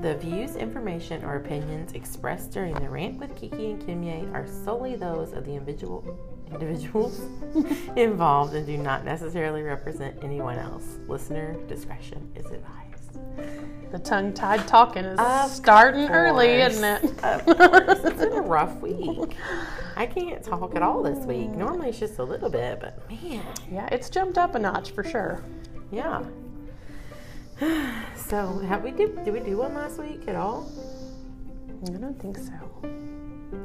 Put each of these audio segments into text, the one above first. The views, information, or opinions expressed during the rant with Kiki and Kimye are solely those of the individual individuals involved and do not necessarily represent anyone else. Listener discretion is advised. The tongue tied talking is Of starting early, course. isn't it? Of course, it's been a rough week. I can't talk at all this week. Normally it's just a little bit, but man, Yeah, it's jumped up a notch for sure. yeah. So, have we did, did we do one last week at all? I don't think so.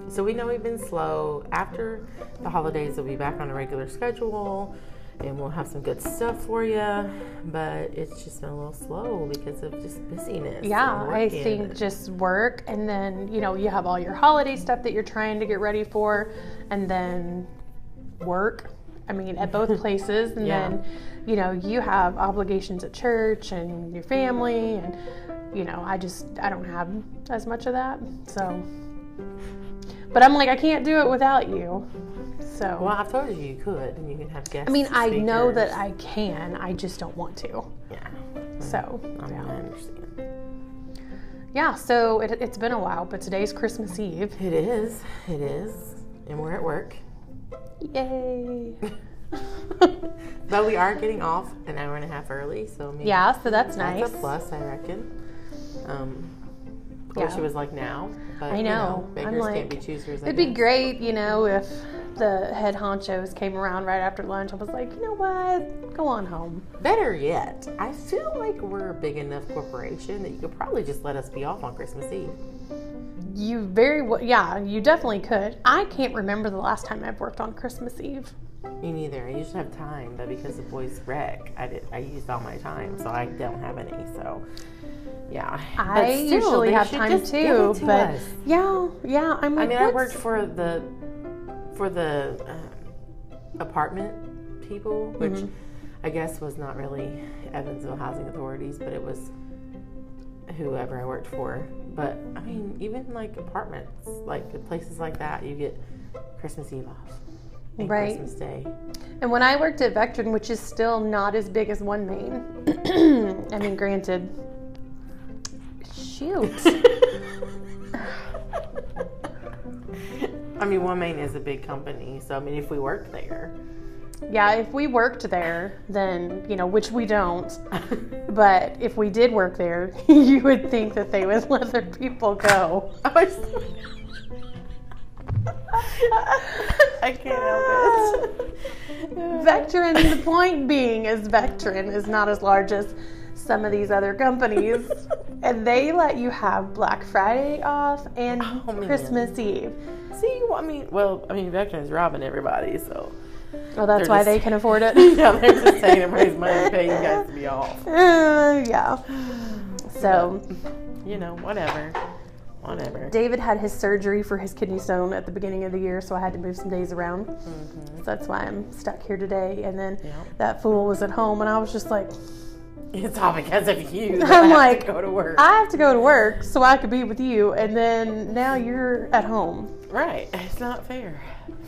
So we know we've been slow. After the holidays, we'll be back on a regular schedule, and we'll have some good stuff for you. But it's just been a little slow because of just busyness. Yeah, and I working. think just work, and then you know you have all your holiday stuff that you're trying to get ready for, and then work. I mean, at both places, and Yeah. then you know you have obligations at church and your family, and you know I just I don't have as much of that. So, but I'm like I can't do it without you. So Well, I've told you you could, and you can have guests. I mean, I know speakers. that I can. I just don't want to. Yeah, So I mean, I understand. yeah. So it, it's been a while, but today's Christmas Eve. It is. It is, and we're at work, Yay! but we are getting off an hour and a half early. So I mean, yeah, so that's that's nice. a plus, I reckon. Um. I wish Yeah. it was like now, but I you know. I'm beggars like, can't be choosers. I It'd be guess. great, you know, if the head honchos came around right after lunch. I was like, you know what? Go on home. Better yet, I feel like we're a big enough corporation that you could probably just let us be off on Christmas Eve. You very well, yeah, you definitely could. I can't remember the last time I've worked on Christmas Eve. Me neither. I usually have time, but because of Boys Rec, I did. I used all my time, so I don't have any. So, yeah. But I still, usually they have should time just too, give it to but us. yeah, yeah. I'm I like, mean, I what's- worked for the for the um, apartment people, which I guess was not really Evansville Housing Authorities, but it was whoever I worked for. But I mean, even like apartments, like places like that, you get Christmas Eve off, and Right. Christmas Day. And when I worked at Vectron, which is still not as big as One Main, I mean, granted, shoot, I mean, One Main is a big company, so I mean, if we worked there, yeah, if we worked there, then you know, which we don't, but if we did work there, you would think that they would let their people go. I was- I can't help it. Vectron, the point being is Vectron is not as large as some of these other companies. and they let you have Black Friday off and Oh, man. Christmas Eve. See, well, I mean, well, I mean, Vectron's robbing everybody, so Well, that's They're why just- they can afford it. yeah, they're just taking everybody's money to pay you guys to be off. Uh, yeah. So You know, whatever, whatever. David had his surgery for his kidney stone at the beginning of the year, so I had to move some days around. Mm-hmm. So that's why I'm stuck here today. And then Yeah. that fool was at home, and I was just like, It's all because of you. that I'm I have to like, go to work, I have to go to work so I could be with you, and then now you're at home. right? It's not fair.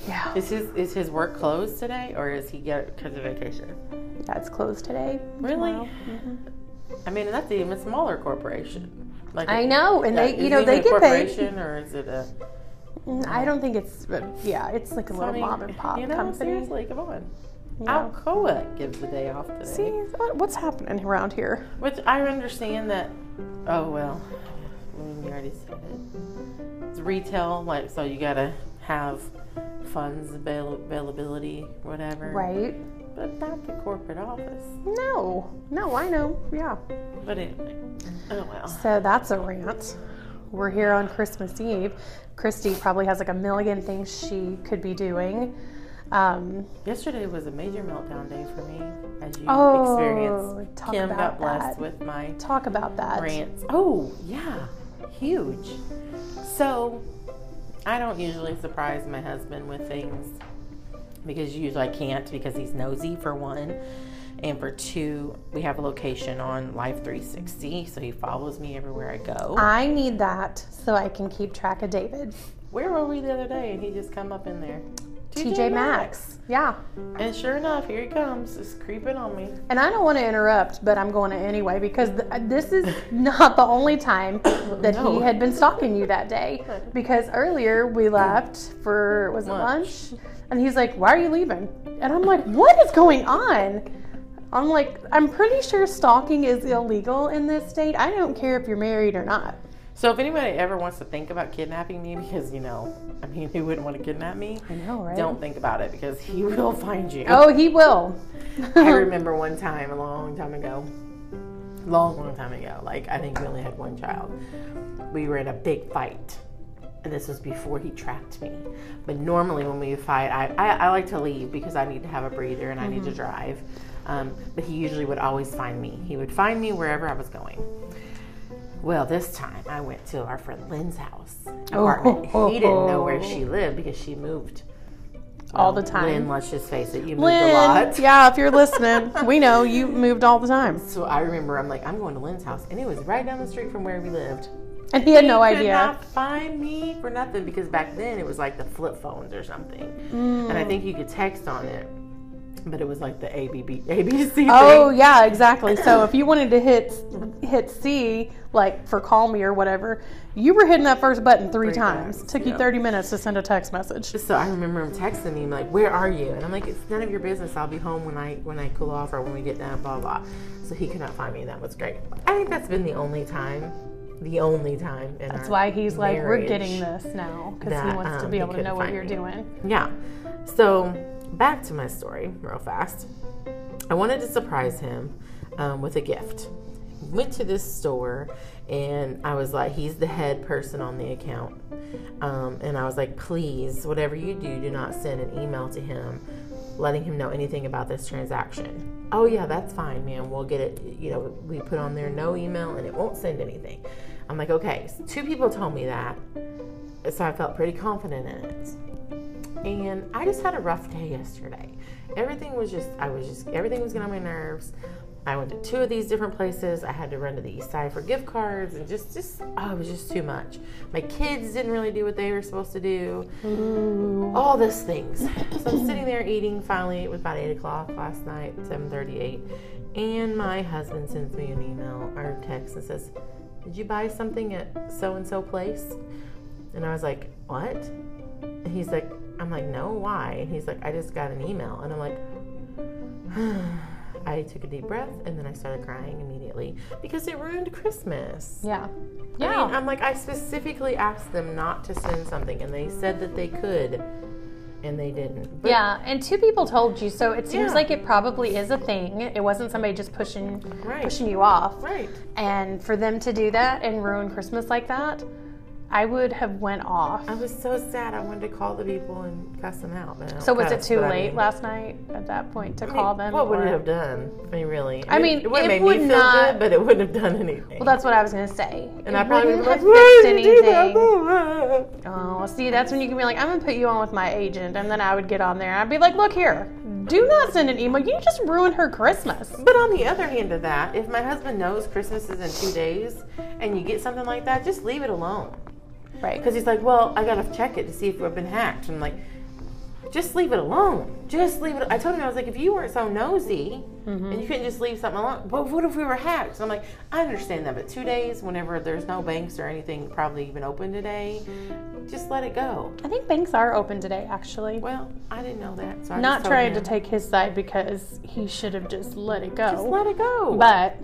Yeah. Is his is his work closed today, or is he get because of vacation? That's closed today. Really? Mm-hmm. I mean, that's an even smaller corporation. Like I know, and they, is you it know, even they a get paid. corporation, or is it a Mm, I don't think it's, yeah, it's like a little I mean, mom and pop You know, company. seriously, come on. Yeah. Alcoa gives the day off today, See, what, what's happening around here? which I understand that. Oh well, I mean, you already said it. It's retail, like so you gotta have funds avail- availability, whatever. Right? But not the corporate office. No, no, I know. Yeah. But anyway, oh well. So that's a rant. We're here on Christmas Eve. Christy probably has like a million things she could be doing. Um, Yesterday was a major meltdown day for me, as you Oh, experienced. talk Kim got about blessed that. with my talk about that. rants. Oh, yeah. Huge. So, I don't usually surprise my husband with things because usually I can't because he's nosy, for one. And for two, we have a location on Life 360, so he follows me everywhere I go. I need that so I can keep track of David. Where were we the other day? And he just come up in there. TJ Maxx. Yeah. And sure enough, here he comes, just creeping on me. And I don't want to interrupt, but I'm going to anyway because th- this is not the only time that No. he had been stalking you that day. Because earlier we left for was it lunch, and he's like, "Why are you leaving?" And I'm like, "What is going on?" I'm like, "I'm pretty sure stalking is illegal in this state. I don't care if you're married or not." So if anybody ever wants to think about kidnapping me, because you know, I mean, who wouldn't want to kidnap me? I know, right? Don't think about it because he will find you. Oh, he will. I remember one time a long time ago, long, long time ago, like I think we only had one child. We were in a big fight. And this was before he trapped me. But normally when we fight, I, I, I like to leave because I need to have a breather and I need to Mm-hmm. drive. Um, but he usually would always find me. He would find me wherever I was going. Well, this time I went to our friend Lynn's house Oh. apartment. He didn't know where she lived because she moved. all the Lynn, time. let's just face it, you moved a Lynn, lot. yeah, if you're listening, we know you moved all the time. So I remember I'm like, I'm going to Lynn's house, and it was right down the street from where we lived. And he had no He Could idea. not find me for nothing because back then it was like the flip phones or something, and I think you could text on it, but it was like the ABB ABC Oh thing. yeah, exactly. So if you wanted to hit hit C, like for call me or whatever, you were hitting that first button three, times. times, Took yeah. you thirty minutes to send a text message. So I remember him texting me, like, "Where are you?" And I'm like, "It's none of your business. I'll be home when I when I cool off or when we get done." Blah blah. So he could not find me, and that was great. I think that's been the only time, the only time. In That's why he's like, we're getting this. this now because he that, wants to um, be he able to couldn't know what find you're me. doing. Yeah. So back to my story, real fast. I wanted to surprise him um, with a gift. Went to this store, and I was like, he's the head person on the account. Um, and I was like, please, whatever you do, do not send an email to him letting him know anything about this transaction. Oh, yeah, that's fine, man. We'll get it. You know, we put on there no email and it won't send anything. I'm like, okay. So two people told me that. So I felt pretty confident in it and I just had a rough day yesterday. Everything was just, I was just, everything was getting on my nerves. I went to two of these different places. I had to run to the east side for gift cards and just, just, oh, it was just too much. My kids didn't really do what they were supposed to do. All those things. So I'm sitting there eating. Finally, it was about 8 o'clock last night, 7.38. And my husband sends me an email or text and says, did you buy something at so-and-so place? And I was like, what? And he's like, I'm like, no, why? And he's like, I just got an email. And I'm like, I took a deep breath and then I started crying immediately because it ruined Christmas. Yeah, I mean, yeah. I'm like, I specifically asked them not to send something and they said that they could and they didn't. But yeah, and two people told you, so it seems Yeah. like it probably is a thing. It wasn't somebody just pushing Right. pushing you off. Right. And for them to do that and ruin Christmas like that, I would have went off. I was so sad. I wanted to call the people and cuss them out. but I don't So was it cuss, too but I late mean- last night at that point to I mean, call them? What would or- it have done? I mean, really. I mean, it would have it made would me feel not- good, but it wouldn't have done anything. Well, that's what I was gonna say. and It I probably would wouldn't have have fixed anything. anything. Oh, see, that's when you can be like, I'm gonna put you on with my agent, and then I would get on there. I'd be like, look here, do not send an email. You just ruined her Christmas. But on the other hand of that, if my husband knows Christmas is in two days and you get something like that, just leave it alone. Right. Because he's like, well, I gotta check it to see if we've been hacked. And I'm like, just leave it alone. Just leave it. I told him I was like, if you weren't so nosy Mm-hmm. and you couldn't just leave something alone, but what if we were hacked? So I'm like, I understand that, but two days, whenever there's no banks or anything probably even open today, just let it go. I think banks are open today, actually. Well, I didn't know that, so I Not just told trying to him, take his side because he should have just let it go. Just let it go. but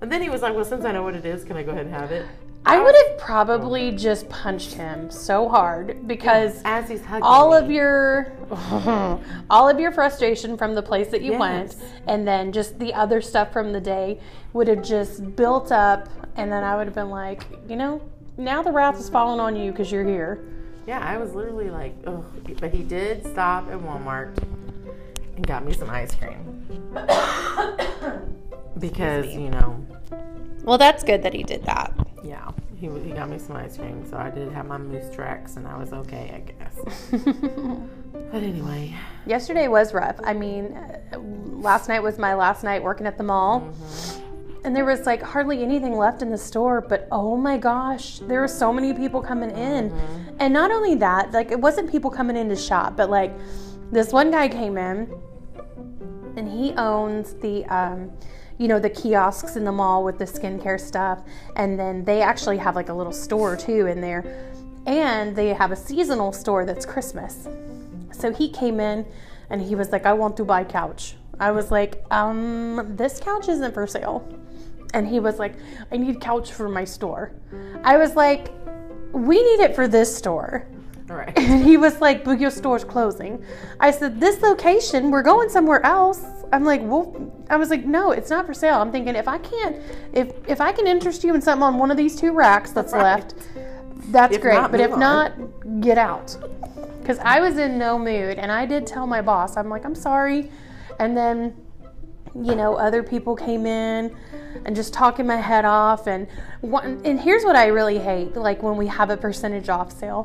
and then he was like, well, since I know what it is, can I go ahead and have it? I would have probably just punched him so hard because As he's hugging all me. of your all of your frustration from the place that you Yes. went and then just the other stuff from the day would have just built up and then I would have been like, you know, now the wrath is falling on you because you're here. Yeah, I was literally like, oh, but he did stop at Walmart and got me some ice cream. because, you know, Well, that's good that he did that. yeah, he, he got me some ice cream. So I did have my moose tracks and I was okay, I guess. but anyway, Yesterday was rough. I mean, uh, last night was my last night working at the mall. And there was like hardly anything left in the store, but oh my gosh, there were so many people coming in. And not only that, like it wasn't people coming in to shop, but like this one guy came in and he owns the um you know the kiosks in the mall with the skincare stuff and then they actually have like a little store too in there and they have a seasonal store that's christmas so he came in and he was like i want to buy couch i was like um this couch isn't for sale and he was like i need couch for my store i was like we need it for this store All right. and he was like, "But your store's closing." I said, "This location, we're going somewhere else." I'm like, "Well," I was like, "No, it's not for sale." I'm thinking if I can't, if if I can interest you in something on one of these two racks that's Right. left, that's If great. not, but move if on. not, get out. Because I was in no mood, and I did tell my boss, I'm like, "I'm sorry," and then you know, other people came in and just talking my head off. And one, and here's what I really hate: like when we have a percentage off sale,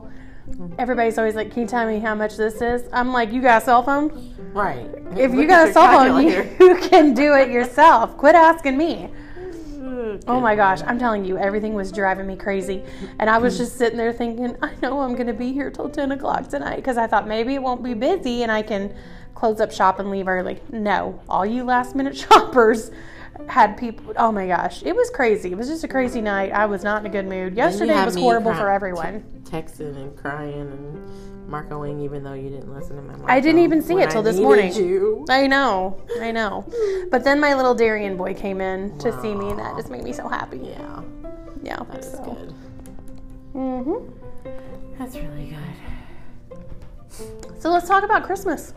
everybody's always like, "Can you tell me how much this is?" I'm like, "You got a cell phone? Right. If you Look got at a your cell phone, you, calculator. you can do it yourself. Quit asking me." Oh my goodness. gosh, I'm telling you, everything was driving me crazy. And I was just sitting there thinking, I know I'm going to be here till 10 o'clock tonight because I thought maybe it won't be busy and I can close up shop and leave early. No, all you last minute shoppers had people. Oh my gosh, it was crazy. It was just a crazy night. I was not in a good mood. Yesterday had was me horrible cry- for everyone. Texting and crying and Marcoing, even though you didn't listen to my. Marco I didn't even see when it till I this needed morning. You. I know, I know. But then my little Darien boy came in to see me and that just made me so happy. Yeah, Yeah. that's So. good. Mm-hmm. That's really good. So let's talk about Christmas.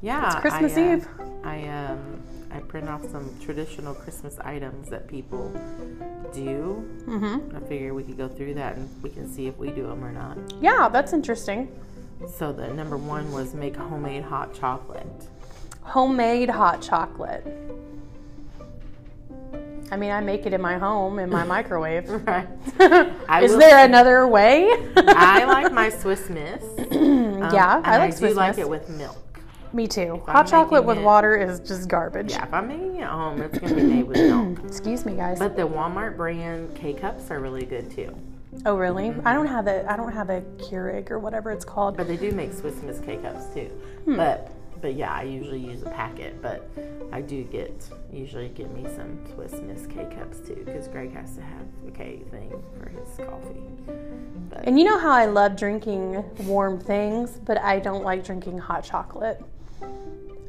Yeah, it's Christmas I, uh, Eve. I um, I print off some traditional Christmas items that people do. Mm-hmm. I figure we could go through that and we can see if we do them or not. Yeah, that's interesting. So the number one was make homemade hot chocolate. Homemade hot chocolate. I mean, I make it in my home in my microwave. Right. I Is will- there another way? I like my Swiss Miss. Um, yeah, and I like do Swiss like Miss. it with milk. Me too. I'm Hot chocolate making with it- water is just garbage. Yeah, if I'm making it at home, it's gonna be made with milk. Excuse me, guys. But the Walmart brand K cups are really good too. oh, really? I don't have a I don't have a Keurig or whatever it's called. But they do make Swiss Miss K cups too. Hmm. But but yeah, I usually use a packet, but I do get usually get me some Swiss Miss K cups too, because Greg has to have the K thing for his coffee. And you know how I love drinking warm things, but I don't like drinking hot chocolate.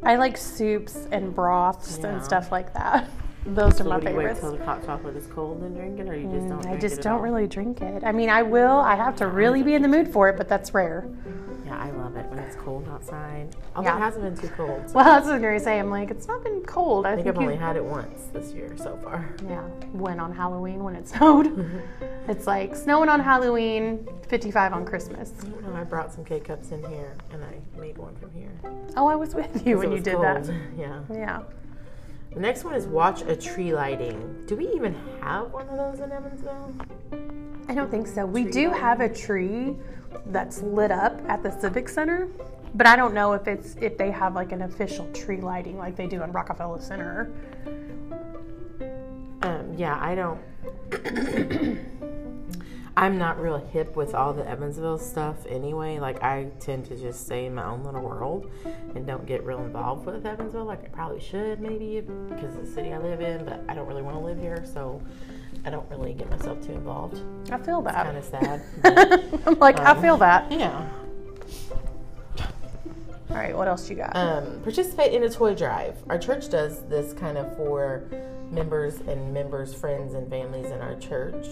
I like soups and broths Yeah. and stuff like that. Those are So my do you wait favorites. Mm, till the hot chocolate is cold and drink it, or you just don't? I drink just it at don't all? really drink it. I mean, I will. I have to really be in the mood for it, but that's rare. Yeah, I love it when it's cold outside. Although Yeah. it hasn't been too cold. Well, that's what I was gonna say. I'm like, it's not been cold. I, I think think, I've only you, had it once this year so far. yeah, when on Halloween when it snowed. it's like snowing on Halloween, 55 on Christmas. I don't know. I brought some K cups in here and I made one from here. Oh, I was with you when you did that. Yeah. Yeah. The next one is watch a tree lighting. Do we even have one of those in Evansville? I don't think so. We do have a tree that's lit up at the Civic Center, but I don't know if it's if they have like an official tree lighting like they do in Rockefeller Center. Um, yeah, I don't. I'm not real hip with all the Evansville stuff anyway. Like, I tend to just stay in my own little world and don't get real involved with Evansville. Like, I probably should, maybe, because of the city I live in, but I don't really want to live here, so I don't really get myself too involved. I feel Kind that. of sad. but, I'm like, I feel that. yeah. All right, what else you got? um, participate in a toy drive. Our church does this kind of for members and members' friends and families in our church.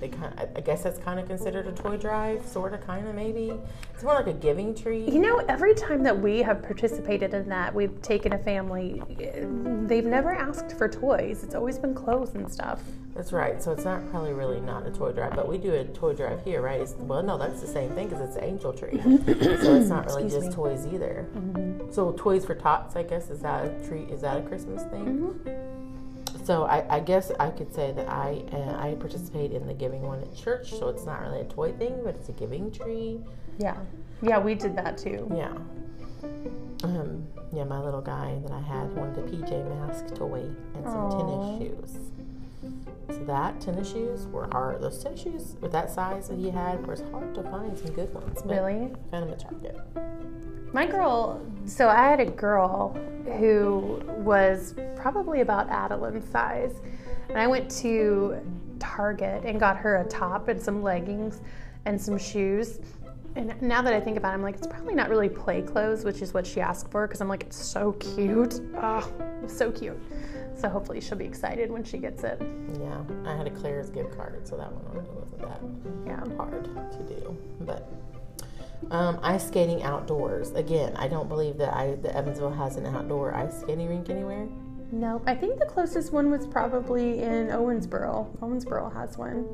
They kind, I- I guess that's kind of considered a toy drive, sort of, kind of, maybe. It's more like a giving tree. You know, every time that we have participated in that, we've taken a family. They've never asked for toys. It's always been clothes and stuff. That's right. So it's not probably really not a toy drive, but we do a toy drive here, right? It's, well, no, that's the same thing because it's an angel tree, so it's not really just toys either. So toys for tots, I guess, is that a tree? Is that a Christmas thing? So I, I guess I could say that I uh, I participate in the giving one at church, so it's not really a toy thing, but it's a giving tree. Yeah, yeah, we did that too. Yeah. Um, yeah, my little guy that I had wanted a PJ mask toy and some tennis shoes. So that tennis shoes were hard. Those tennis shoes with that size that he had was hard to find some good ones. but Really? I found them at Target. My girl, so I had a girl who was probably about Adeline's size. And I went to Target and got her a top and some leggings and some shoes. And now that I think about it, I'm like, it's probably not really play clothes, which is what she asked for, because I'm like, it's so cute. Oh, so cute. So hopefully she'll be excited when she gets it. Yeah, I had a Claire's gift card, so that one really wasn't that Yeah. hard to do. But um, ice skating outdoors again. I don't believe that I that Evansville has an outdoor ice skating rink anywhere. Nope. I think the closest one was probably in Owensboro. Owensboro has one.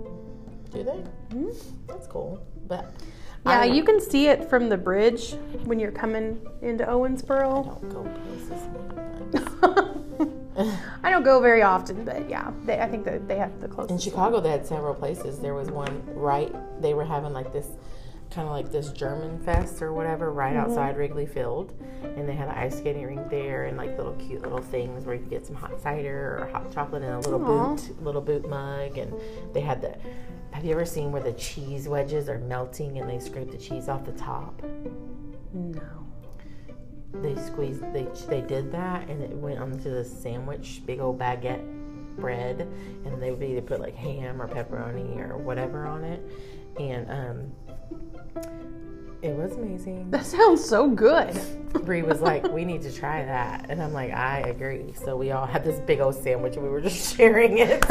Do they? That's cool. But Yeah, I you can see it from the bridge when you're coming into Owensboro. don't go places. I don't go very often, but yeah, they, I think that they have the In closest. Chicago, they had several places. There was one right. They were having like this, kind of like this German fest or whatever, right outside Wrigley Field, and they had an ice skating rink there and like little cute little things where you could get some hot cider or hot chocolate in a little Aw. boot, little boot mug, and they had the. Have you ever seen where the cheese wedges are melting and they scrape the cheese off the top? No. They squeezed. They they did that and it went onto the sandwich, big old baguette bread, and they would either put like ham or pepperoni or whatever on it, and um, it was amazing. That sounds so good. Bree was like, "We need to try that," and I'm like, "I agree." So we all had this big old sandwich, and we were just sharing it.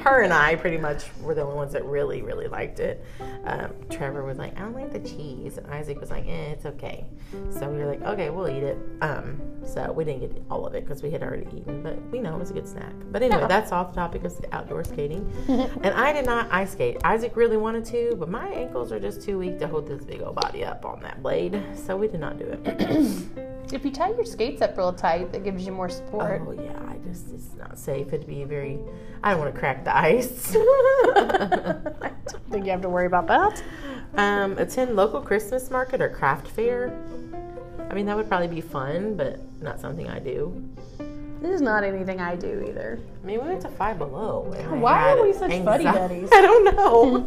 Her and I pretty much were the only ones that really, really liked it. Um, Trevor was like, "I don't like the cheese," and Isaac was like, eh, "It's okay." So we were like, "Okay, we'll eat it." Um, so we didn't get all of it because we had already eaten, but we know it was a good snack. But anyway, that's off topic of outdoor skating. and I did not ice skate. Isaac really wanted to, but my ankles are just too weak to hold this big old body up on that blade, so we did not do it. If you tie your skates up real tight, that gives you more support. Oh yeah, I just it's not safe. It'd be very. I don't want to crack the ice. I don't think you have to worry about that. um, attend local Christmas market or craft fair. I mean, that would probably be fun, but not something I do. This is not anything I do either. I mean, we went to Five Below. and I Why are had we such buddy anxi- buddies? I don't know.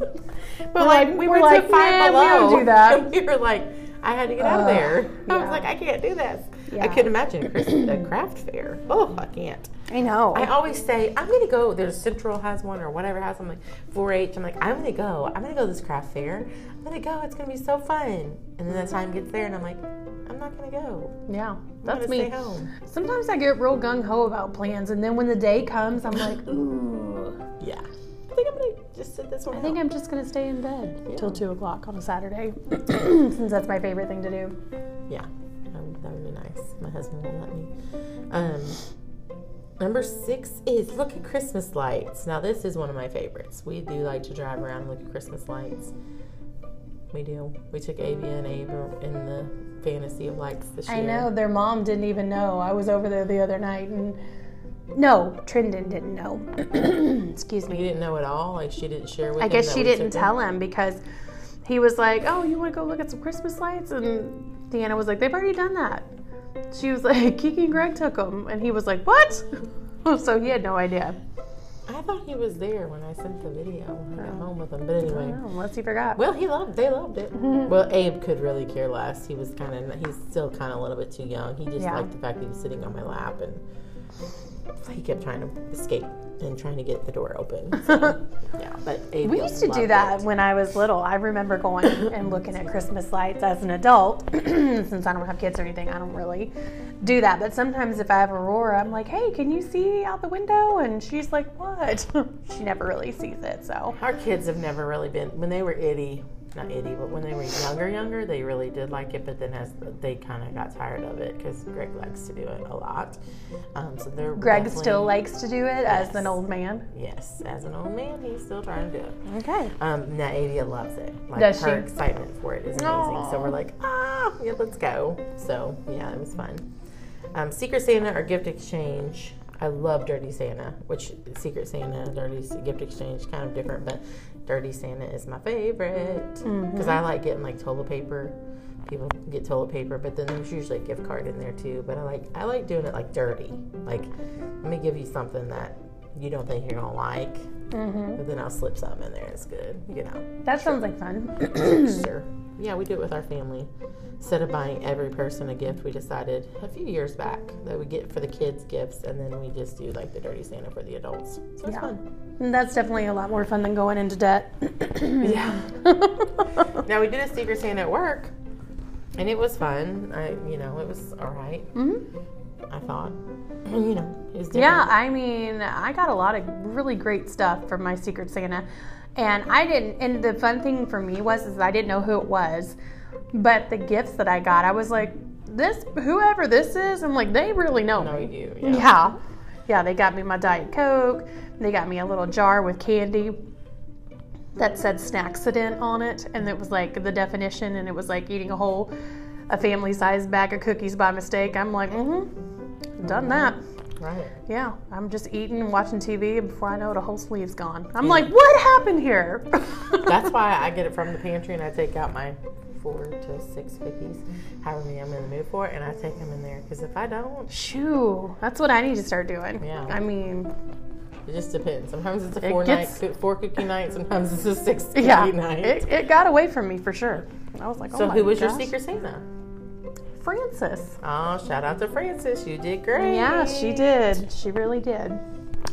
but like, we we're went like, to Five "Man, we don't Below. do that." and we were like, I had to get out of Ugh, there. I yeah. was like, I can't do this. Yeah. I couldn't imagine a, Christ- a craft fair. Oh, I can't. I know. I always say, I'm gonna go. There's Central has one or whatever has one, like 4-H. I'm like, I'm gonna go. I'm gonna go to this craft fair. I'm gonna go. It's gonna be so fun. And then the time gets there, and I'm like, I'm not gonna go. yeah, I'm that's gonna me. stay home. Sometimes I get real gung ho about plans, and then when the day comes, I'm like, ooh. Yeah. I think I'm gonna just sit this one. I think I'm just gonna stay in bed till two o'clock on a Saturday, since that's my favorite thing to do. Yeah, that would, that would be nice. My husband will let me. Um, number six is look at Christmas lights. Now, this is one of my favorites. We do like to drive around and look at Christmas lights. We do. We took Avia and Abe are in the fantasy of lights this year. I know their mom didn't even know. I was over there the other night, and no, Trendon didn't know. Excuse You me. didn't know at all. Like she didn't share with. I him guess that she we didn't took tell him because he was like, "Oh, you want to go look at some Christmas lights?" And Deanna was like, "They've already done that." She was like, "Kiki and Greg took them," and he was like, "What?" so he had no idea. Them. I thought he was there when I sent the video. When I got home with him, but anyway. Oh, unless he forgot. Well, he loved. They loved it. Mm-hmm. well, Abe could really care less. He was kind of. He's still kind of a little bit too young. He just Yeah. liked the fact that he was sitting on my lap, and he kept trying to escape and trying to get the door open. So, yeah, but Abe We used to do loved that it. when I was little. I remember going and looking at Christmas lights as an adult. Since I don't have kids or anything, I don't really do that. But sometimes if I have Aurora, I'm like, hey, can you see out the window? And she's like, what? she never really sees it. So, Our kids have never really been when they were itty, not itty, but when they were younger, younger, they really did like it. But then as they kind of got tired of it, because Greg likes to do it a lot, um, so they're Greg definitely- still likes to do it as an old man. yes, as an old man, he's still trying to do it. Okay. Um, now Avia loves it. Like Does her she? excitement for it is amazing. So we're like, ah, yeah, let's go. So yeah, it was fun. Um, Secret Santa or gift exchange. I love Dirty Santa, which Secret Santa, Dirty S- Gift Exchange, kind of different, but Dirty Santa is my favorite because I like getting like toilet paper. People get toilet paper, but then there's usually a gift card in there too. But I like I like doing it like dirty. Like let me give you something that you don't think you're gonna like, but then I'll slip something in there. It's good, you know. That sounds like fun. Sure. Yeah, we do it with our family. Instead of buying every person a gift, we decided a few years back that we get for the kids gifts, and then we just do like the Dirty Santa for the adults. So it's Yeah. fun. And That's definitely a lot more fun than going into debt. Yeah. Now we did a Secret Santa at work, and it was fun. I, you know, it was all right. I thought, you know, it was different. Yeah, I mean, I got a lot of really great stuff from my Secret Santa. And I didn't and the fun thing for me was is I didn't know who it was. But the gifts that I got, I was like, this whoever this is, I'm like, they really know Know me. you? Yeah. Yeah. yeah. they got me my Diet Coke. They got me a little jar with candy that said snacksident on it. And it was like the definition, and it was like eating a whole, a family sized bag of cookies by mistake. I'm like, mm hmm, done that. Right. Yeah, I'm just eating and watching TV, and before I know it, a whole sleeve's gone. I'm like, what happened here? That's why I get it from the pantry and I take out my four to six cookies, however many I'm in the mood for, and I take them in there. Because if I don't, Shoo, that's what I need to start doing. Yeah. I mean, it just depends. Sometimes it's a It four gets- night, coo- four cookie night. Sometimes it's a six cookie yeah, night. it, it got away from me for sure. I was like, oh so my who was your gosh. secret Santa? Francis. Oh, shout out to Frances. You did great. Yeah, she did. She really did.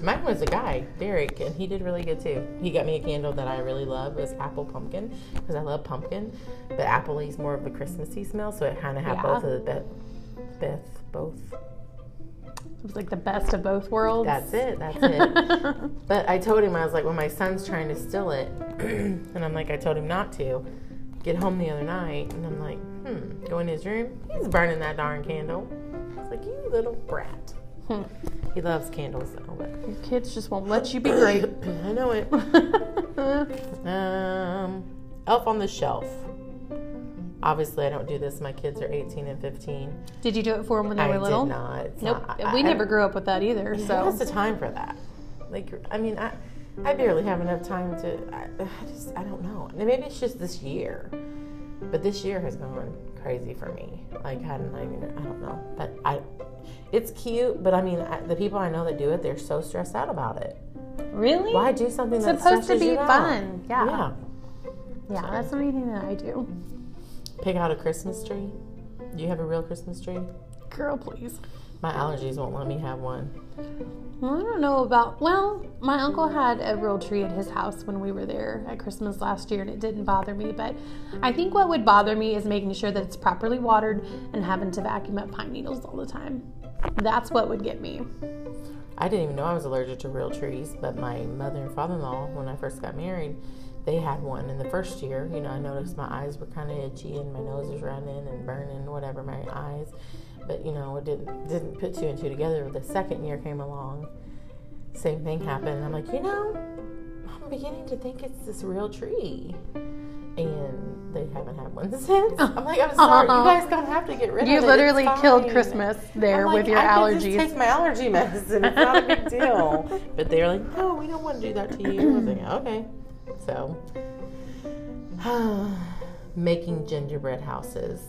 Mine was a guy, Derek, and he did really good too. He got me a candle that I really love. It was apple pumpkin because I love pumpkin, but apple leaves more of a Christmassy smell, so it kind of had Yeah. both of the be- Beth, both. It was like the best of both worlds. That's it. That's it. But I told him, I was like, well, my son's trying to steal it. and I'm like, I told him not to. Get home the other night, and I'm like, hmm, go in his room. He's burning that darn candle. I was like, you little brat. Hmm. He loves candles, though. But Your kids just won't let you be great. I know it. Um, Elf on the Shelf. Obviously, I don't do this. My kids are 18 and 15. did you do it for them when they I were little? did not. It's Nope. not- I- we I- never grew up with that either. So So what's the time for that? Like, I mean, I, I barely have enough time to. I, I just, I don't know. And Maybe it's just this year, but this year has gone crazy for me. Like, I don't even, I don't know. But I, it's cute. But I mean, I, the people I know that do it, they're so stressed out about it. really, Why do something it's that's supposed to stresses be you out? fun. Yeah. yeah, Yeah. That's something that I do. Pick out a Christmas tree. Do you have a real Christmas tree? Girl, please. My allergies won't let me have one. Well, I don't know about. Well, my uncle had a real tree at his house when we were there at Christmas last year, and it didn't bother me. But I think what would bother me is making sure that it's properly watered and having to vacuum up pine needles all the time. That's what would get me. I didn't even know I was allergic to real trees, but my mother and father in law, when I first got married, they had one. And the first year, you know, I noticed my eyes were kind of itchy and my nose was running and burning, whatever, my eyes. But, you know, it didn't, didn't put two and two together. The second year came along, same thing happened. And I'm like, you know, I'm beginning to think it's this real tree. And they haven't had one since. I'm like, I'm sorry, you guys don't have to get rid Uh-huh. You of it. literally It's killed fine." Christmas. Christmas there I'm like, with your I could allergies. Just take my allergy medicine. It's not a big deal. But they're like, no, we don't want to do that to you. I was like, okay. So, making gingerbread houses.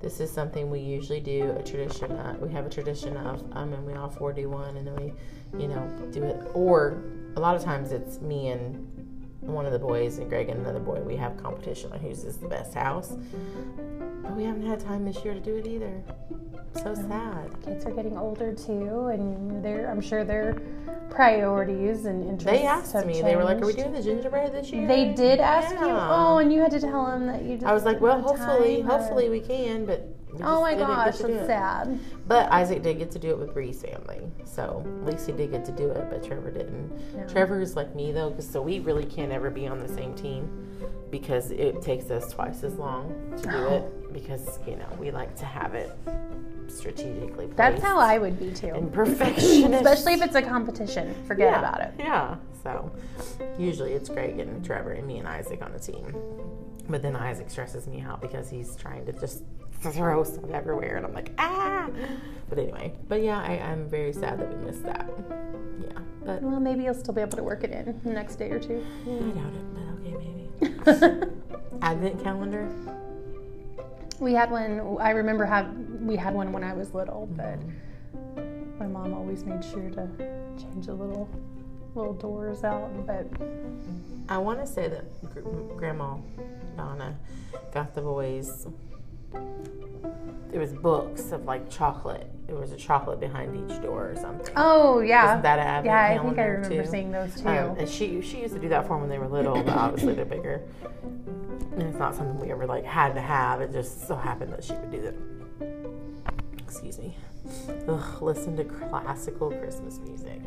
This is something we usually do. A tradition. Uh, we have a tradition of, um, and we all four do one, and then we, you know, do it. Or a lot of times it's me and one of the boys and Greg and another boy. We have competition on whose is the best house. But we haven't had time this year to do it either. So sad. Kids are getting older too, and they're I'm sure their priorities and interests. They asked me. They were like, "Are we doing the gingerbread this year?" They did ask you. Yeah. Oh, and you had to tell them that you. Just I was like, "Well, didn't have hopefully, time or- hopefully we can." But we just Oh my didn't get gosh, to do that's it. sad. But Isaac did get to do it with Bree's family, so at least he did get to do it. But Trevor didn't. Trevor is like me though, 'cause- so we really can't ever be on the same team because it takes us twice as long to do it because you know we like to have it strategically. Placed That's how I would be too. and perfectionist, Especially if it's a competition. Forget yeah. about it. Yeah. So usually it's Greg and Trevor and me and Isaac on the team. But then Isaac stresses me out because he's trying to just throw stuff everywhere and I'm like, ah but anyway. But yeah, I, I'm very sad that we missed that. Yeah. But Well, maybe you'll still be able to work it in the next day or two. I doubt it, but okay maybe. Advent calendar. we had one. I remember have we had one when I was little, but Mm-hmm. My mom always made sure to change the little little doors out, but I want to say that gr- Grandma Donna got the boys. There was books of like chocolate. There was a chocolate behind each door or something. oh yeah, Isn't that an advent yeah. I calendar think I remember too? seeing those too. Um, and she she used to do that for them when they were little, but obviously they're bigger. And it's not something we ever like had to have. It just so happened that she would do that. Excuse me. Ugh, listen to classical Christmas music.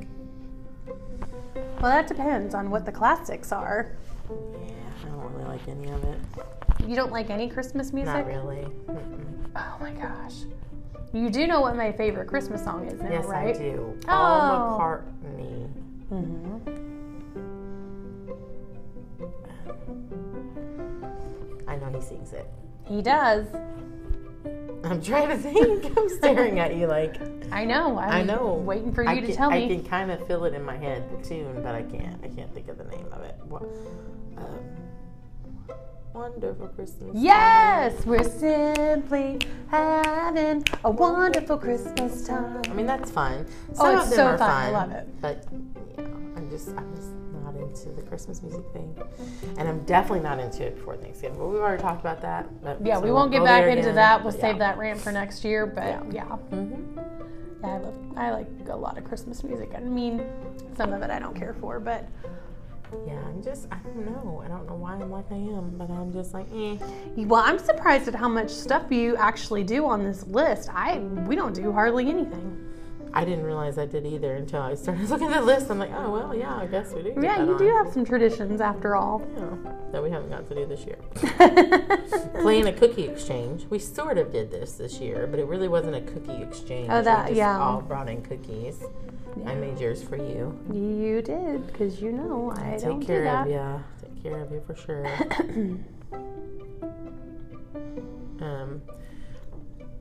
Well, that depends on what the classics are. Yeah, I don't really like any of it. you don't like any Christmas music? Not really. Mm-mm. Oh my gosh. You do know what my favorite Christmas song is now, Yes, right? I do. Paul Oh. Mm-hmm. McCartney. I know he sings it. He does. I'm trying to think. I'm staring at you like I know. I'm I know. Waiting for you I to can- tell I me. can kind of feel it in my head, the tune, but I can't. I can't think of the name of it. What, um, wonderful Christmas. Yes, we're simply having a wonderful Christmas time. I mean, that's fun. Some Oh, of it's them so are fun. fun. I love it. But yeah, I'm just, I'm just not into the Christmas music thing, and I'm definitely not into it before Thanksgiving. But we've already talked about that. but- Yeah, so we we'll won't get go back there into again, that. We'll but save yeah. that rant for next year. But yeah, Mhm. yeah, I love, I like a lot of Christmas music. I mean, some of it I don't care for, but Yeah, I'm just, I don't know. I don't know why I'm like I am, but I'm just like, eh. well, I'm surprised at how much stuff you actually do on this list. I we don't do hardly anything. I didn't realize I did either until I started looking at the list. I'm like, oh well, yeah, I guess we do. get Yeah, that you on. do have some traditions after all. Yeah, that we haven't got to do this year. Playing a cookie exchange. We sort of did this this year, but it really wasn't a cookie exchange. Oh, that- we just yeah. all brought in cookies. I made yours for you. You did, because you know I Take don't care do that. of ya. Take care of you for sure. um,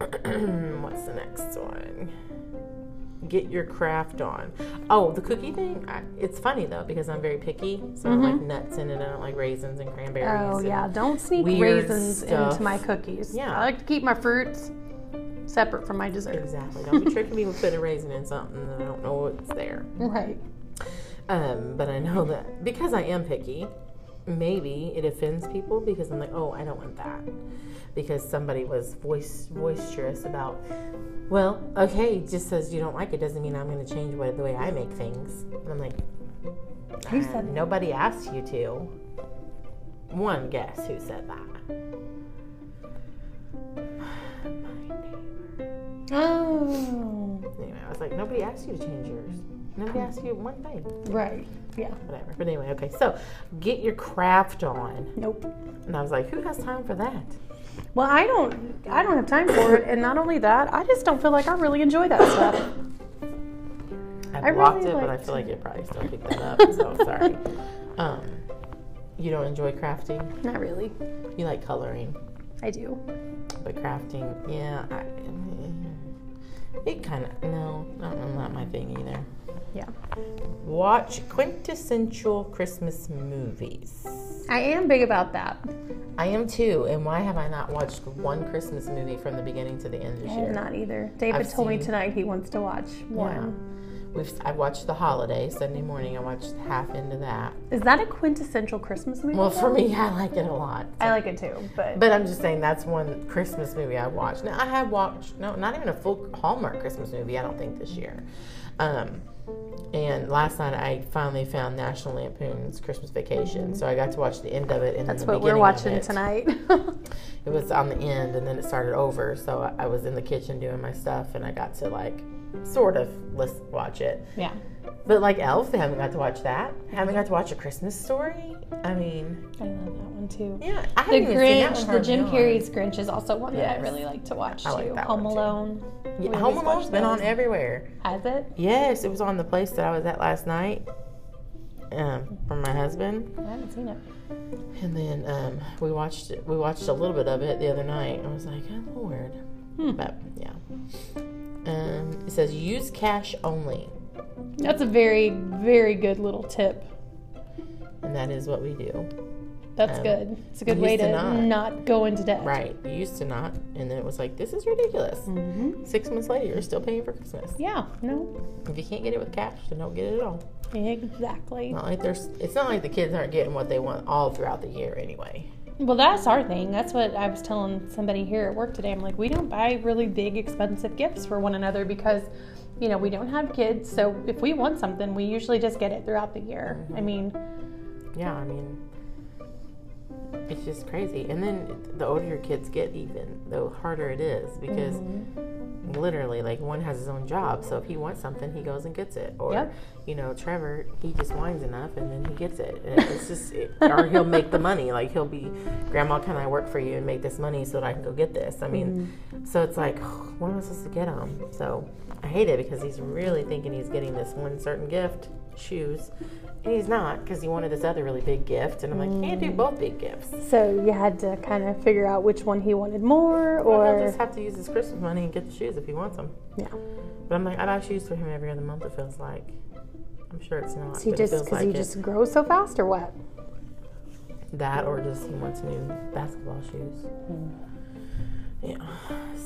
what's the next one? Get your craft on. Oh, the cookie thing. I, it's funny though because I'm very picky, so I don't like nuts in it. I don't like raisins and cranberries. Mm-hmm. Oh and- yeah, don't sneak weird raisins stuff. into my cookies. Yeah. I like to keep my fruits separate from my dessert. Exactly. Don't be tricking me with putting a raisin in something that I don't know what's there. Right. Um, but I know that because I am picky, maybe it offends people because I'm like, oh, I don't want that. Because somebody was voice boisterous about, well, okay, just says you don't like it doesn't mean I'm going to change what, the way I make things. And I'm like, Who "Uh, said that?" nobody asked you to. One guess who said that. Oh, Anyway, I was like, nobody asked you to change yours. Nobody asked you one thing. right. Yeah. whatever. But anyway, okay. So get your craft on. Nope. And I was like, who has time for that? Well, I don't I don't have time for it and not only that, I just don't feel like I really enjoy that stuff. I I blocked really it, but I liked feel like you probably still picked that up. So sorry. Um, you don't enjoy crafting. Not really. You like coloring, I do. but crafting, yeah. I, eh, it kind of no, not, not my thing either. Yeah. Watch quintessential Christmas movies. I am big about that. I am too, and why have I not watched one Christmas movie from the beginning to the end this I year? have not either. David I've told me seen- tonight he wants to watch one. We've, I watched The Holiday Sunday morning. I watched half into that. Is that a quintessential Christmas movie? Well, for me, I like it a lot. I like it too, but But I'm just saying that's one Christmas movie I watched. Now I have watched no, not even a full Hallmark Christmas movie. I don't think this year. Um, and last night I finally found National Lampoon's Christmas Vacation, so I got to watch the end of it and then That's the what beginning we're of watching it. tonight. It was on the end, and then it started over. So I- I was in the kitchen doing my stuff, and I got to like sort of list, watch it. yeah. But like Elf, they haven't got to watch that. Haven't got to watch a Christmas story. I mean, I love that one too. yeah, I The haven't even seen that Grinch, one the Jim hardly on. Carrey's Grinch is also one that Yes. I really like to watch I like too. that Home one, too. Alone. Yeah, We Home always Alone's watch been on those. everywhere. Has it? Yes, it was on the place that I was at last night um, from my husband, I haven't seen it. and then um, we watched it, we watched a little bit of it the other night. I was like, oh lord, but yeah. Um, it says use cash only, That's a very, very good little tip. and that is what we do. That's Um, good. It's a good used way to to not. not. go into debt. Right. You used to not. And then it was like, this is ridiculous. Six months later, you're still paying for Christmas. Yeah. No. If you can't get it with cash, then don't get it at all. Exactly. Not like there's, it's not like the kids aren't getting what they want all throughout the year anyway. Well, that's our thing. That's what I was telling somebody here at work today. I'm like, we don't buy really big, expensive gifts for one another because, you know, we don't have kids. So if we want something, we usually just get it throughout the year. I mean, Yeah, I mean, it's just crazy. And then the older your kids get, even the harder it is because literally, like, one has his own job. So if he wants something, he goes and gets it. Or, Yep. you know, Trevor, he just whines enough and then he gets it. And it's just, it, or he'll make the money. Like, he'll be, Grandma, can I work for you and make this money so that I can go get this? I mean, so it's like, when am I supposed to get him? So I hate it because he's really thinking he's getting this one certain gift shoes. And he's not because he wanted this other really big gift. And I'm like, can't do both big gifts. so you had to kind of figure out which one he wanted more Or he'll just have to use his Christmas money and get the shoes if he wants them. Yeah. But I'm like, I buy shoes for him every other month, it feels like. I'm sure it's not. but it feels like it. grows so fast or what? That or just he wants new basketball shoes. Hmm. Yeah.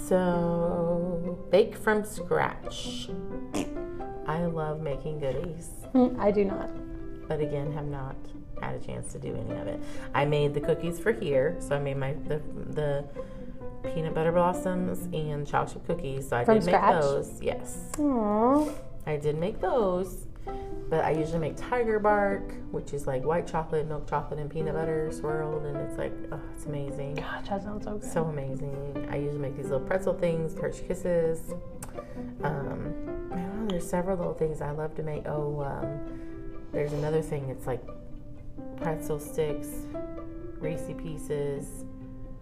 So, bake from scratch. I love making goodies, I do not. but again, have not had a chance to do any of it. I made the cookies for here, so I made my the, the peanut butter blossoms and chocolate chip cookies. So I From did make scratch? those. Yes. Aww. I did make those, but I usually make tiger bark, which is like white chocolate, milk chocolate, and peanut butter swirled, and it's like, oh, it's amazing. Gosh, that sounds so good. So amazing. I usually make these little pretzel things, perch kisses. Um, I don't know, there's several little things I love to make. Oh, um, there's another thing, it's like pretzel sticks, Reese pieces,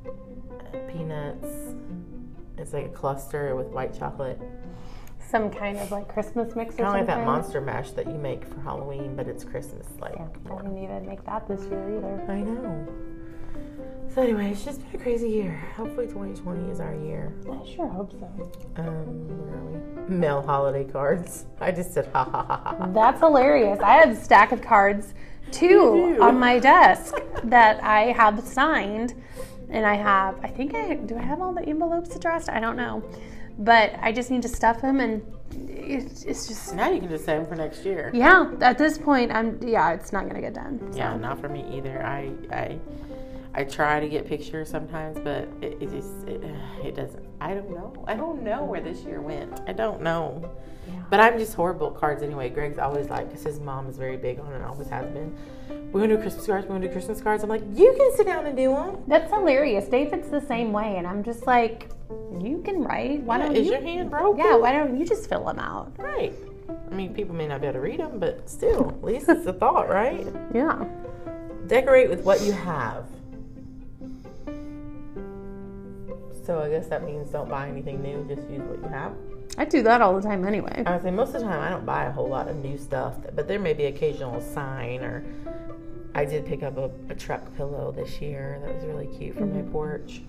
uh, peanuts. It's like a cluster with white chocolate. Some kind of like Christmas mix or Kind of like something. that monster mash that you make for Halloween, but it's Christmas like. I didn't even make that this year either. I know. So anyway, it's just been a crazy year. Hopefully, 2020 is our year. I sure hope so. Um, where are we? Mail holiday cards. I just said ha ha ha ha. ha. That's hilarious. I have a stack of cards, two do. on my desk that I have signed, and I have. I think I do. I have all the envelopes addressed. I don't know, but I just need to stuff them, and it's, it's just Now you can just save them for next year. yeah. At this point, I'm yeah. It's not gonna get done. Yeah, not for me either. I I I try to get pictures sometimes, but it, it just it, it doesn't. I don't know. I don't know where this year went. I don't know. But I'm just horrible at cards anyway. Greg's always like, because his mom is very big on it, always has been. We want to do Christmas cards. We want to do Christmas cards. I'm like, you can sit down and do them. That's hilarious. David's the same way, and I'm just like, you can write. Why don't Is you? your hand broken? Yeah. Why don't you just fill them out? Right. I mean, people may not be able to read them, but still, at least it's a thought, right? Yeah. Decorate with what you have. So I guess that means don't buy anything new, just use what you have. I do that all the time anyway. I would say most of the time I don't buy a whole lot of new stuff, but there may be occasional sign or I did pick up a, a truck pillow this year that was really cute for my porch.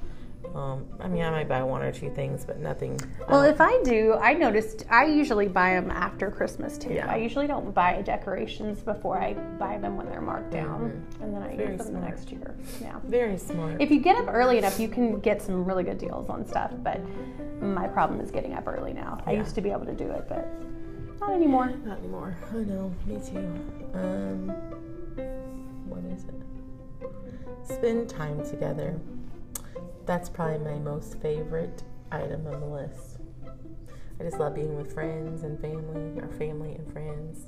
Um, I mean, I might buy one or two things, but nothing. Well, if I do, I noticed I usually buy them after Christmas too. Yeah. I usually don't buy decorations before I buy them when they're marked down, and then I Mm-hmm. Very use them smart. the next year. Yeah. Very smart. If you get up early enough, you can get some really good deals on stuff. But my problem is getting up early now. I used to be able to do it, but not anymore. Not anymore. I know. Me too. Um, what is it? Spend time together. That's probably my most favorite item on the list. I just love being with friends and family, or family and friends,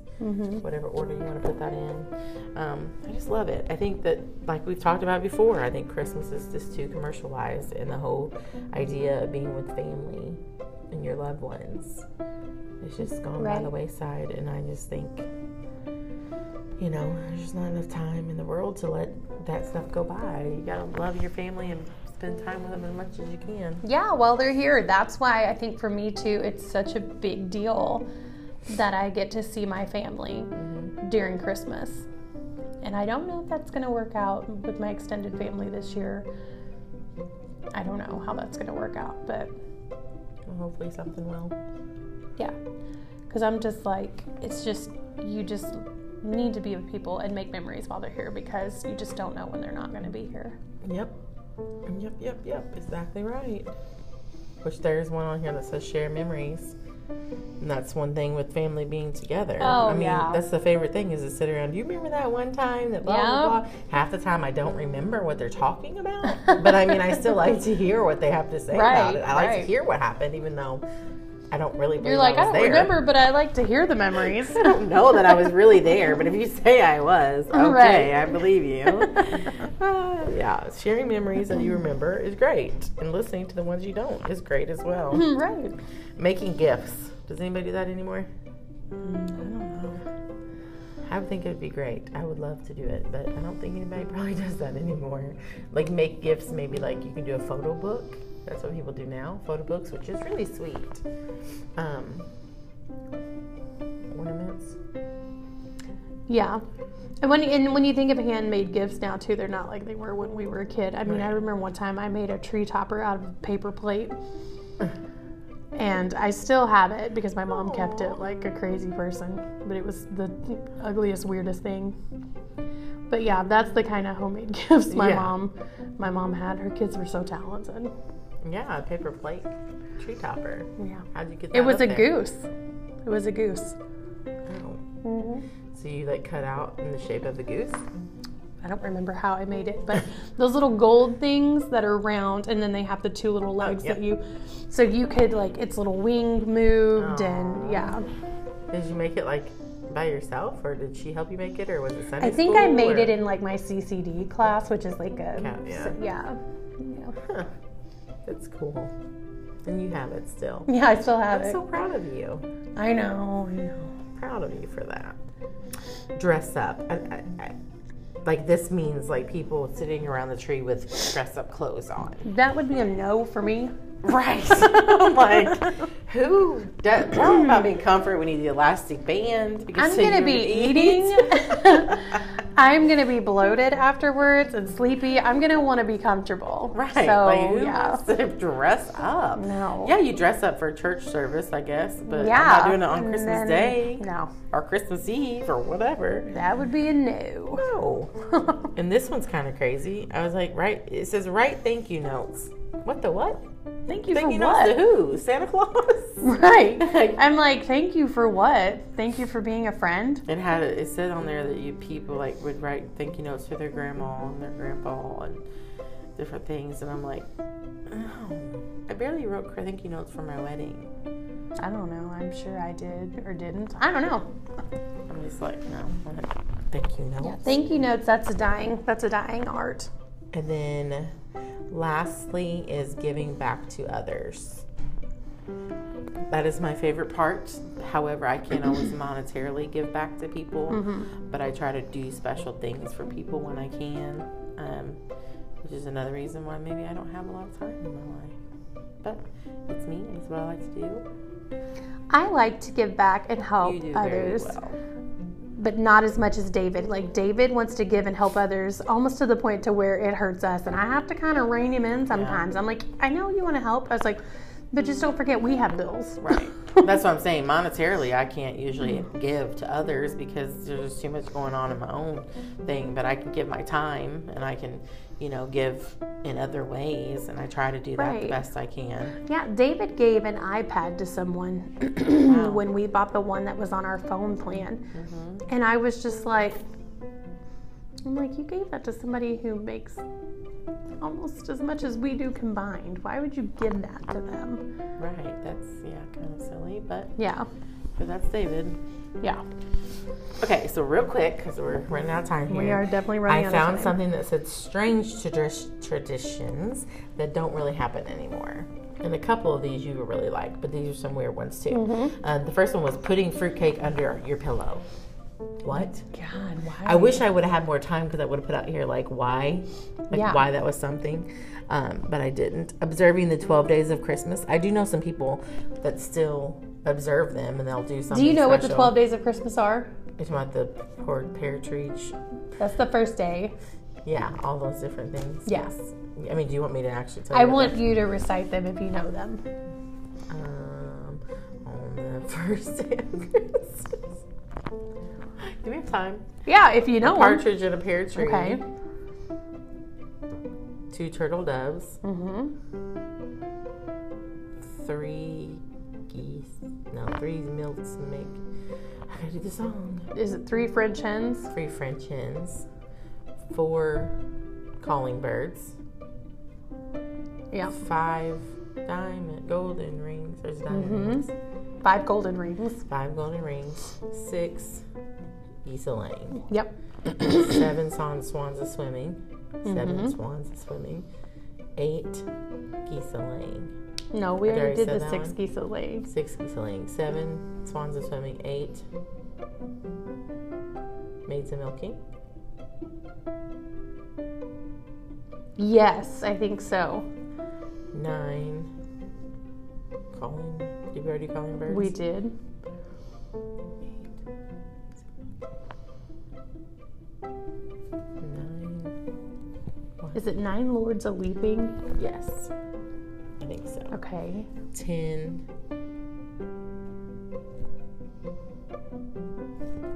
whatever order you want to put that in. Um, I just love it. I think that, like we've talked about before, I think Christmas is just too commercialized, and the whole idea of being with family and your loved ones it's just gone by Right. the wayside, and I just think, you know, there's just not enough time in the world to let that stuff go by. You gotta love your family and spend time with them as much as you can. Yeah, while they're here. That's why I think for me too, it's such a big deal that I get to see my family during Christmas. And I don't know if that's going to work out with my extended family this year. I don't know how that's going to work out, but And hopefully, something will. yeah. Because I'm just like, it's just, you just need to be with people and make memories while they're here because you just don't know when they're not going to be here. Yep. Yep, yep, yep. Exactly right. Which there's one on here that says share memories. And that's one thing with family being together. Oh, I mean, yeah. that's the favorite thing is to sit around. Do you remember that one time that blah, blah, blah? Half the time I don't remember what they're talking about. but I mean, I still like to hear what they have to say about Right, it. I like to right. hear what happened, even though I don't really believe You're like, was I don't there. remember, but I like to hear the memories. I don't know that I was really there, but if you say I was, okay, Right. I believe you. Uh, yeah, sharing memories that you remember is great, and listening to the ones you don't is great as well. right. Making gifts. Does anybody do that anymore? I don't know. I would think it'd be great. I would love to do it, but I don't think anybody probably does that anymore. Like make gifts, maybe like you can do a photo book. That's what people do now, photo books, which is really sweet. Um, ornaments. Yeah. And when, and when you think of handmade gifts now, too, they're not like they were when we were a kid. I mean, I Right. remember one time I made a tree topper out of a paper plate. And I still have it because my mom kept it like a crazy person. But it was the ugliest, weirdest thing. But yeah, that's the kind of homemade gifts my Yeah. mom my mom had. Her kids were so talented. Yeah, a paper plate tree topper. Yeah. How'd you get that? It was up a there? goose. It was a goose. Oh. So you like cut out in the shape of the goose? I don't remember how I made it, but those little gold things that are round and then they have the two little legs yep. that you so you could like its little wing moved and yeah. Did you make it like by yourself, or did she help you make it, or was it Sunday I think I school, made or- it in like my CCD class, which is like a Yeah, yeah. so- yeah. Yeah. Huh. That's cool. And you have it still. Yeah, I still have I'm it. so proud of you. I know, I know. Proud of you for that. Dress up. I, I, I, like this means like people sitting around the tree with dress up clothes on. That would be a no for me. Right. Oh I'm like, who does, we're all about being comfort. We need the elastic band. because I'm so gonna you be eat. eating. I'm gonna be bloated afterwards and sleepy. I'm gonna want to be comfortable. right. So like, who yeah. wants to dress up? No. Yeah, you dress up for church service, I guess, but Yeah. yeah. not doing it on And Christmas then- Day No, or Christmas Eve or whatever. that would be a no. No. and this one's kind of crazy. I was like, right, it says, write thank you notes. What the what? Thank you Thank for you notes to what? who? Santa Claus? Right. I'm like, thank you for what? Thank you for being a friend. It had it said on there that you people like would write thank you notes to their grandma and their grandpa and different things, and I'm like, oh, I barely wrote thank you notes for my wedding. I don't know. I'm sure I did or didn't. I don't know. I'm just like, no, I don't have thank you notes. Yeah, thank you notes. That's a dying. That's a dying art. And then, lastly, is giving back to others. That is my favorite part. However, I can't always monetarily give back to people, but I try to do special things for people when I can, um, which is another reason why maybe I don't have a lot of time in my life. But it's me, it's what I like to do. I like to give back and help You do others, very well. but not as much as David. Like David wants to give and help others, almost to the point to where it hurts us, and I have to kind of rein him in sometimes. I'm like, I know you want to help. I was like, but just don't forget we have bills. Right. That's what I'm saying. Monetarily, I can't usually give to others because there's just too much going on in my own thing. But I can give my time and I can, you know, give in other ways. And I try to do that the Right. best I can. Yeah, David gave an iPad to someone when we bought the one that was on our phone plan. And I was just like, I'm like, you gave that to somebody who makes almost as much as we do combined. Why would you give that to them? Right. That's, yeah, kind of silly. But, Yeah, but that's David. yeah. Okay. So, real quick, because we're running out of time here. We are definitely running I out found of time. something that said strange tradi- traditions that don't really happen anymore. And a couple of these you would really like, but these are some weird ones too. Mm-hmm. Uh, the first one was putting fruitcake under your pillow. What? God, why? I wish I would have had more time because I would have put out here like why, like Yeah. why that was something, um, but I didn't. Observing the twelve days of Christmas. I do know some people that still observe them and they'll do something. Do you know what the special. 12 days of Christmas are? You're talking about the poured pear tree. sh- That's the first day. Yeah, all those different things. Yes. I mean, do you want me to actually tell I you? what want you to recite them if you know them. they're- Um, on the first day of Christmas. Give me a time. Yeah, if you know 'em. Partridge in a pear tree. Okay. Two turtle doves. Mm-hmm. Three geese. No, three milts make. I gotta do the song. Is it three French hens? Three French hens. Four calling birds. Yeah. Five diamond golden rings. There's diamond Mm-hmm. rings. Five golden rings. Five golden rings. Six geese a laying. Yep. Seven swan swans a swimming. 7 swans a swimming. Eight geese a laying. No, we already already did said the that six one. geese a laying. Six geese are laying. Seven swans are swimming. Eight maids are milking. Yes, I think so. Nine calling. Did we already calling birds? We did. Nine. Is it nine lords a leaping? Yes, I think so. Okay. Ten.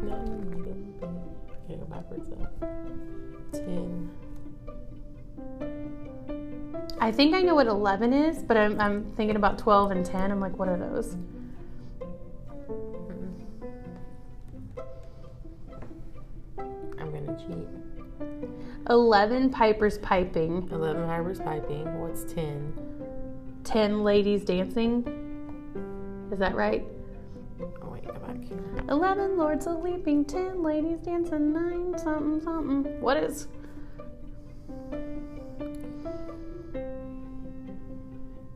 Nine. I can't go backwards though. Ten. I think I know what 11 is, but I'm, I'm thinking about 12 and 10. I'm like, what are those? I'm gonna cheat. 11 pipers piping, Eleven hybrids piping. What's ten? 10 ladies dancing. Is that right? Oh wait, go back. 11 lords a leaping, 10 ladies dancing, 9 something something. What is?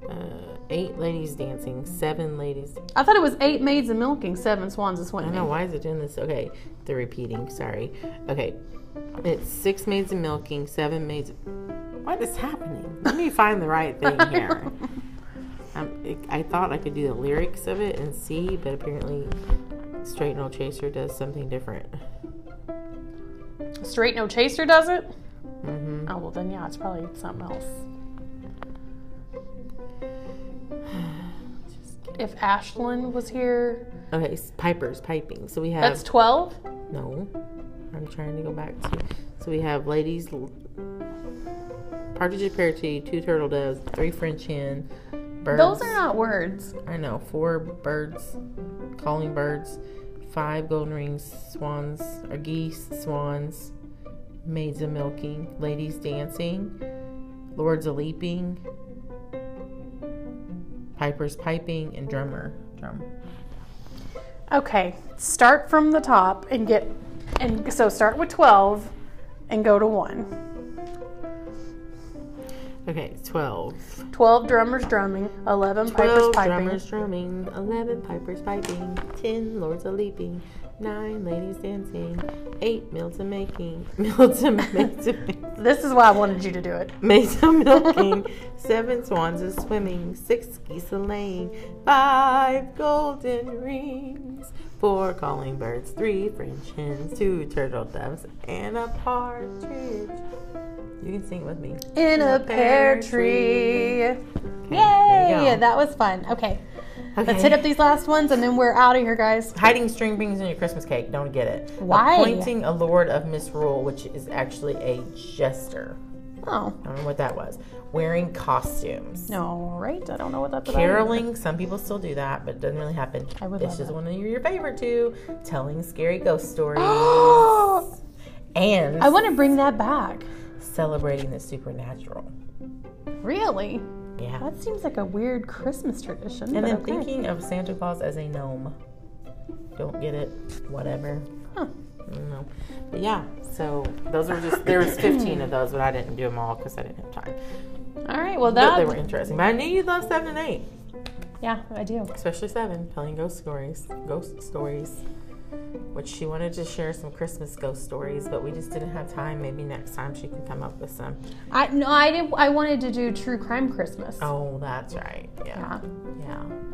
uh, eight ladies dancing, seven ladies. I thought it was 8 maids a milking, 7 swans a I swimming. don't know why is it doing this. Okay, they're repeating. Sorry. Okay, it's six maids of milking, seven maids. What is happening? Let me find the right thing here. Um, it, I thought I could do the lyrics of it and see, but apparently, Straight No Chaser does something different. Straight No Chaser does it? hmm Oh, well, then, yeah, it's probably something else. If Ashlyn was here, Okay, s- Piper's piping. So we have that's 12? no. I'm trying to go back to. So we have ladies. l- Partridge and pear tree, two turtle doves, three French hen, birds. Those are not words. I know, four birds, calling birds, five golden rings, swans, or geese, swans, maids a milking, ladies dancing, lords a leaping, pipers piping, and drummer. Drum. Okay, start from the top and get, and so start with 12 and go to 1. Okay, 12. 12 drummers drumming, 11 pipers 12 piping. drummers drumming, 11 pipers piping, 10 lords a leaping, 9 ladies dancing, 8 mills a making, mills a maids a making. This is why I wanted you to do it. Mesa milking, seven swans are swimming, six geese a laying, five golden rings, four calling birds, three French hens, two turtle doves, and a partridge. You can sing it with me. In a pear pear tree. there you Yay! go. That was fun. Okay, Okay. let's hit up these last ones and then we're out of here, guys. Hiding string beans in your Christmas cake. Don't get it. Why? Appointing a lord of misrule, which is actually a jester. Oh, I don't know what that was. Wearing costumes. all right. I don't know what that's about. Caroling, some people still do that, but it doesn't really happen. I would this love is that. one of your favorite too. Telling scary ghost stories I and want to bring that back. celebrating the supernatural. Really? Yeah. That seems like a weird Christmas tradition. and but then okay. thinking of Santa Claus as a gnome. Don't get it. Whatever. Huh. I don't know. But yeah, so those were just there was 15 of those, but I didn't do them all because I didn't have time. All right. Well, But that. they were interesting. But I knew you loved seven and eight, yeah, I do. especially seven, telling ghost stories, ghost stories. Which she wanted to share some Christmas ghost stories, but we just didn't have time. Maybe next time she can come up with some. I no, I did. I wanted to do true crime Christmas. Oh, that's right. Yeah, Yeah.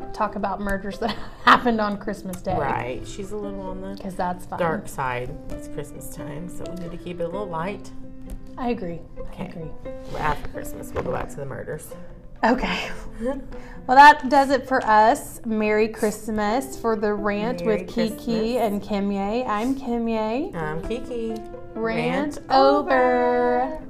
yeah, Talk about murders that happened on Christmas Day. right. She's a little on the Because that's fun. dark side. It's Christmas time, so we need to keep it a little light. I agree. I Okay. agree. After Christmas, we'll go back to the murders. Okay. Well, that does it for us. Merry Christmas for the rant Merry with Kiki Christmas. and Kimye. I'm Kimye. Um, Kiki. Rant, Rant over.